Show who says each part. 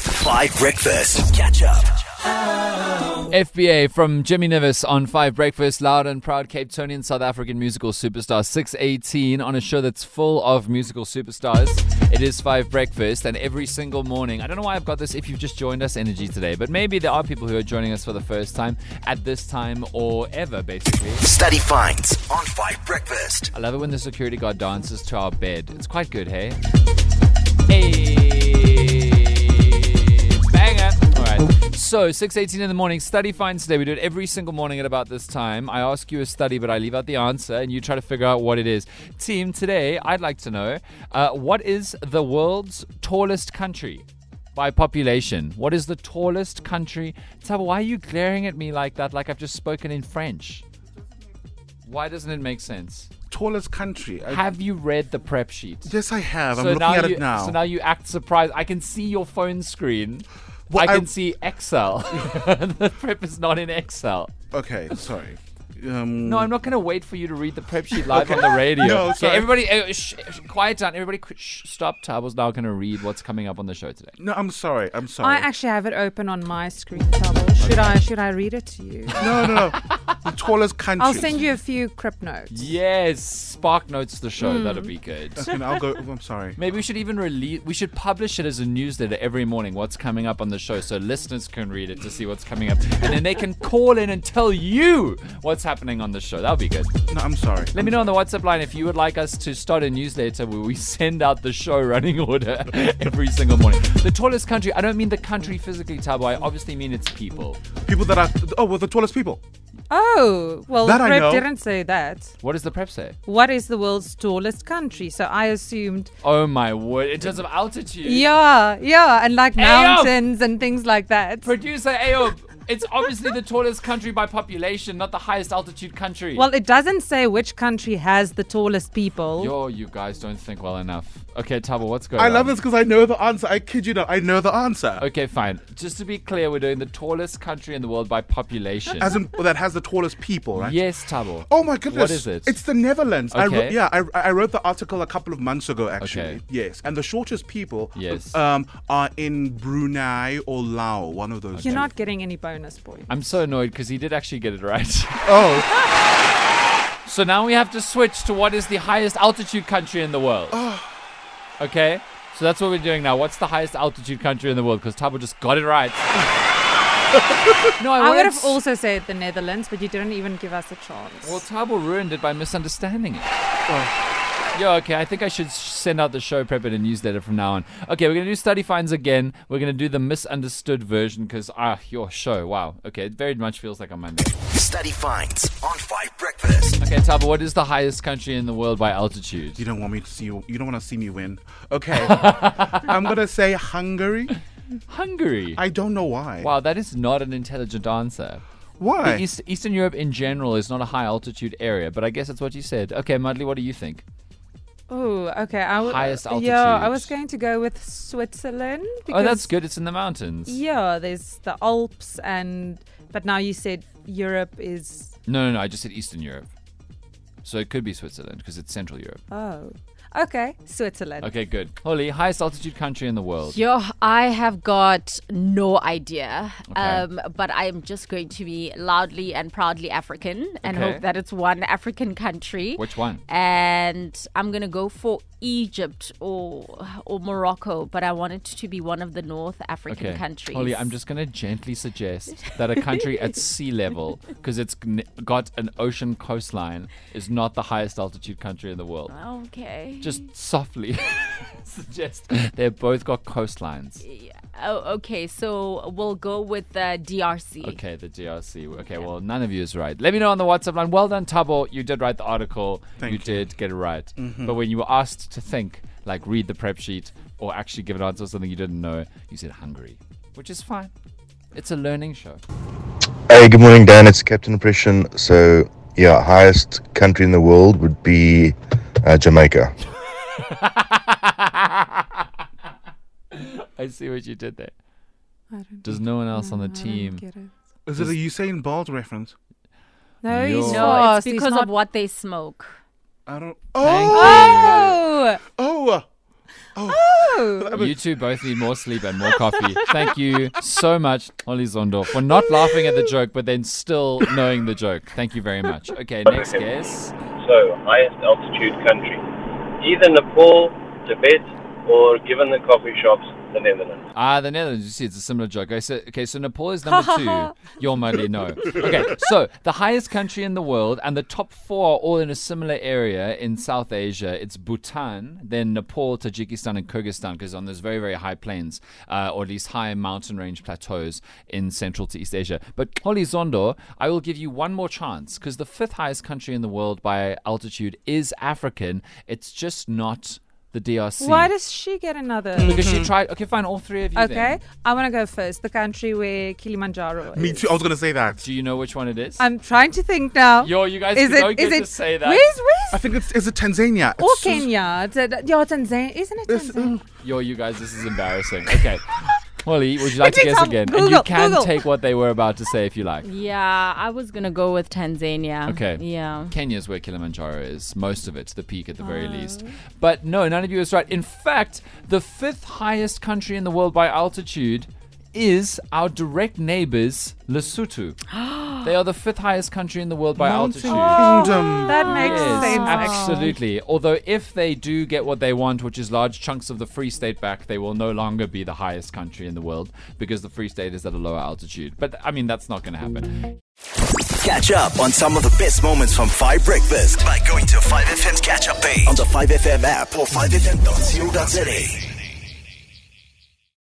Speaker 1: Five Breakfast. Catch up.
Speaker 2: FBA from Jimmy Nevis on Five Breakfast, loud and proud Cape Townian South African musical superstar 618 on a show that's full of musical superstars. It is Five Breakfast, and every single morning, I don't know why I've got this if you've just joined us energy today, but maybe there are people who are joining us for the first time at this time or ever, basically.
Speaker 1: Study finds on Five Breakfast.
Speaker 2: I love it when the security guard dances to our bed. It's quite good, hey? Hey! Banger! Alright. So, 6.18 in the morning, study finds today. We do it every single morning at about this time. I ask you a study, but I leave out the answer, and you try to figure out what it is. Team, today, I'd like to know, uh, what is the world's tallest country? By population, what is the tallest country? Tabo, why are you glaring at me like that? Like I've just spoken in French. Why doesn't it make sense?
Speaker 3: tallest country. I,
Speaker 2: Have you read the prep sheet?
Speaker 3: yes, I have. I'm looking at
Speaker 2: you,
Speaker 3: it now.
Speaker 2: So now you act surprised. I can see your phone screen.
Speaker 3: Well,
Speaker 2: I
Speaker 3: I-
Speaker 2: can see Excel. the prep is not in Excel.
Speaker 3: okay, sorry. Um,
Speaker 2: No, I'm not going to wait for you to read the prep sheet live on the radio.
Speaker 3: No,
Speaker 2: okay,
Speaker 3: sorry.
Speaker 2: everybody, uh, shh, shh, quiet down. Everybody, qu- shh, stop. Tabo's now going to read what's coming up on the show today.
Speaker 3: no, I'm sorry. I'm
Speaker 4: I
Speaker 3: sorry.
Speaker 4: actually have it open on my screen, Trouble. Should I should I read it to you?
Speaker 3: no, no, no. the tallest country.
Speaker 4: I'll send you a few crip notes.
Speaker 2: Yes, Spark notes the show. That'll be good.
Speaker 3: And I'll go. I'm sorry.
Speaker 2: Maybe we should even release. We should publish it as a newsletter every morning. What's coming up on the show, so listeners can read it to see what's coming up, and then they can call in and tell you what's happening on the show. That'll be good.
Speaker 3: No, I'm sorry.
Speaker 2: Let me know on the WhatsApp line if you would like us to start a newsletter where we send out the show running order every single morning. The tallest country. I don't mean the country physically, Tabo. I obviously mean its people.
Speaker 3: People that are. Oh, well, the tallest people.
Speaker 4: Oh, well,
Speaker 3: That
Speaker 4: the
Speaker 3: I
Speaker 4: prep
Speaker 3: know.
Speaker 4: didn't say that.
Speaker 2: What does the prep say?
Speaker 4: What is the world's tallest country? So I assumed,
Speaker 2: Oh my word! In terms of altitude.
Speaker 4: yeah, yeah, and like
Speaker 2: Ayo!
Speaker 4: mountains and things like that.
Speaker 2: Producer Ayo, it's obviously the tallest country by population, not the highest altitude country.
Speaker 4: Well, it doesn't say which country has the tallest people.
Speaker 2: Yo, you guys don't think well enough. Okay, Tabo, what's going
Speaker 3: I
Speaker 2: on?
Speaker 3: love this because I know the answer. I kid you not. I know the answer.
Speaker 2: Okay, fine. Just to be clear, we're doing the tallest country in the world by population.
Speaker 3: As in, that has the tallest people, right?
Speaker 2: yes, Tabo.
Speaker 3: Oh my goodness!
Speaker 2: What is it?
Speaker 3: It's the Netherlands. I wrote,
Speaker 2: Okay.
Speaker 3: yeah, I, I wrote the article a couple of months ago, actually.
Speaker 2: Okay.
Speaker 3: Yes, and the shortest people,
Speaker 2: Yes.
Speaker 3: um, are in Brunei or Laos, one of those.
Speaker 4: You're
Speaker 3: two.
Speaker 4: not getting any bonus points.
Speaker 2: I'm so annoyed because he did actually get it right.
Speaker 3: Oh.
Speaker 2: so now we have to switch to what is the highest altitude country in the world.
Speaker 3: Oh.
Speaker 2: okay? So that's what we're doing now. What's the highest altitude country in the world? Because Tabo just got it right. no, I,
Speaker 4: I would
Speaker 2: won't.
Speaker 4: have also said the Netherlands, but you didn't even give us a chance.
Speaker 2: Well, Tabo ruined it by misunderstanding it.
Speaker 3: Oh.
Speaker 2: Yeah, okay. I think I should s- send out the show prep in a newsletter from now on. Okay, we're going to do study finds again. We're going to do the misunderstood version because, ah, your show. Wow. Okay, it very much feels like I'm Monday.
Speaker 1: Study finds on Five Breakfast.
Speaker 2: Okay, Tabo, what is the highest country in the world by altitude?
Speaker 3: You don't want me to see you. You don't want to see me win. Okay, I'm gonna say Hungary.
Speaker 2: Hungary.
Speaker 3: I don't know why.
Speaker 2: Wow, that is not an intelligent answer.
Speaker 3: Why?
Speaker 2: East, Eastern Europe in general is not a high altitude area, but I guess that's what you said. Okay, Mudley, what do you think?
Speaker 4: Oh, okay. I w-
Speaker 2: Highest
Speaker 4: Yeah, I was
Speaker 2: altitudes.
Speaker 4: going to go with Switzerland.
Speaker 2: Oh,
Speaker 4: because-
Speaker 2: that's good. It's in the mountains.
Speaker 4: Yeah, there's the Alps, and but now you said Europe is
Speaker 2: No, no, no. I just said Eastern Europe. So it could be Switzerland because it's Central Europe.
Speaker 4: oh, okay, Switzerland.
Speaker 2: Okay, good. Holly, highest altitude country in the world.
Speaker 5: Yo, I have got no idea,
Speaker 2: Okay.
Speaker 5: um, but I am just going to be loudly and proudly African and
Speaker 2: Okay.
Speaker 5: hope that it's one African country.
Speaker 2: Which one?
Speaker 5: And I'm gonna go for Egypt or or Morocco, but I want it to be one of the North African
Speaker 2: Okay.
Speaker 5: countries.
Speaker 2: Holly, I'm just going to gently suggest that a country at sea level, because it's n- got an ocean coastline, is not the highest altitude country in the world.
Speaker 5: okay.
Speaker 2: Just softly suggest they've both got coastlines.
Speaker 5: oh, okay. So we'll go with uh, DRC.
Speaker 2: Okay, the DRC. Okay, well, none of you is right. Let me know on the WhatsApp line. Well done, Tabo. You did write the article. you,
Speaker 3: Thank you.
Speaker 2: did get it right.
Speaker 4: Mm-hmm.
Speaker 2: But when you were asked to think, like read the prep sheet or actually give an answer to something you didn't know, you said Hungary, which is fine. It's a learning show.
Speaker 6: Hey, good morning, Dan. It's Captain Oppression. So, yeah, highest country in the world would be uh, Jamaica.
Speaker 2: I see what you did there.
Speaker 4: I don't
Speaker 2: Does no one else on the
Speaker 4: I don't
Speaker 2: team?
Speaker 4: Mm-hmm. get it.
Speaker 3: Is it a Usain Bolt reference?
Speaker 4: No,
Speaker 2: Yo. No,
Speaker 4: he's
Speaker 5: No, it's
Speaker 4: fast.
Speaker 5: because
Speaker 4: Oh, he's
Speaker 5: of what they smoke.
Speaker 3: I don't.
Speaker 2: Thank
Speaker 3: Oh,
Speaker 2: you.
Speaker 4: Oh,
Speaker 3: oh,
Speaker 2: You two both need more sleep and more coffee. Thank you so much, Ollie Zondo, for not laughing at the joke, but then still knowing the joke. Thank you very much. Okay, next guess.
Speaker 7: So, highest altitude country. Either Nepal, Tibet, or given the coffee shops, the Netherlands.
Speaker 2: Ah, the Netherlands. You see, it's a similar joke. Okay, so, okay, so Nepal is number two. You're Mali, no. Okay, so the highest country in the world and the top four are all in a similar area in South Asia. It's Bhutan, then Nepal, Tajikistan, and Kyrgyzstan, because on those very, very high plains, uh, or at least high mountain range plateaus in central to East Asia. But Holizondo, I will give you one more chance, because the fifth highest country in the world by altitude is African. It's just not the DRC.
Speaker 4: Why does she get another?
Speaker 2: Because she tried. Okay, fine. All three of you.
Speaker 4: Okay,
Speaker 2: then.
Speaker 4: I want to go first. The country where Kilimanjaro.
Speaker 3: Me
Speaker 4: is.
Speaker 3: too. I was gonna say that.
Speaker 2: Do you know which one it is?
Speaker 4: I'm trying to think now.
Speaker 2: Yo, you guys don't get to say that.
Speaker 4: Where's
Speaker 3: I
Speaker 4: where's
Speaker 3: think it's is it Tanzania?
Speaker 4: or
Speaker 3: It's-
Speaker 4: Kenya? It's a- Yeah, Tanzania. Isn't it
Speaker 3: it's-
Speaker 4: Tanzania?
Speaker 2: Yo, you guys, this is embarrassing. Okay. Holly, would you like to
Speaker 4: takes
Speaker 2: guess
Speaker 4: up-
Speaker 2: again? and you
Speaker 4: Google,
Speaker 2: can
Speaker 4: Google. Mm.
Speaker 2: take what they were about to say if you like.
Speaker 5: Yeah, I was gonna go with Tanzania.
Speaker 2: Okay.
Speaker 5: Yeah.
Speaker 2: Kenya's where Kilimanjaro is, most of it, the peak at the very
Speaker 4: Oh.
Speaker 2: least. But no, none of you is right. In fact, the fifth highest country in the world by altitude is our direct neighbors, Lesotho. they are the fifth highest country in the world by
Speaker 3: Mountain
Speaker 2: altitude.
Speaker 3: Kingdom.
Speaker 4: That makes
Speaker 2: Yes,
Speaker 4: sense.
Speaker 2: absolutely. Although if they do get what they want, which is large chunks of the Free State back, they will no longer be the highest country in the world because the Free State is at a lower altitude. But I mean, that's not going to happen.
Speaker 1: Catch up on some of the best moments from 5 Breakfast by going to 5FM's catch up page on the 5FM app or 5FM.co.za.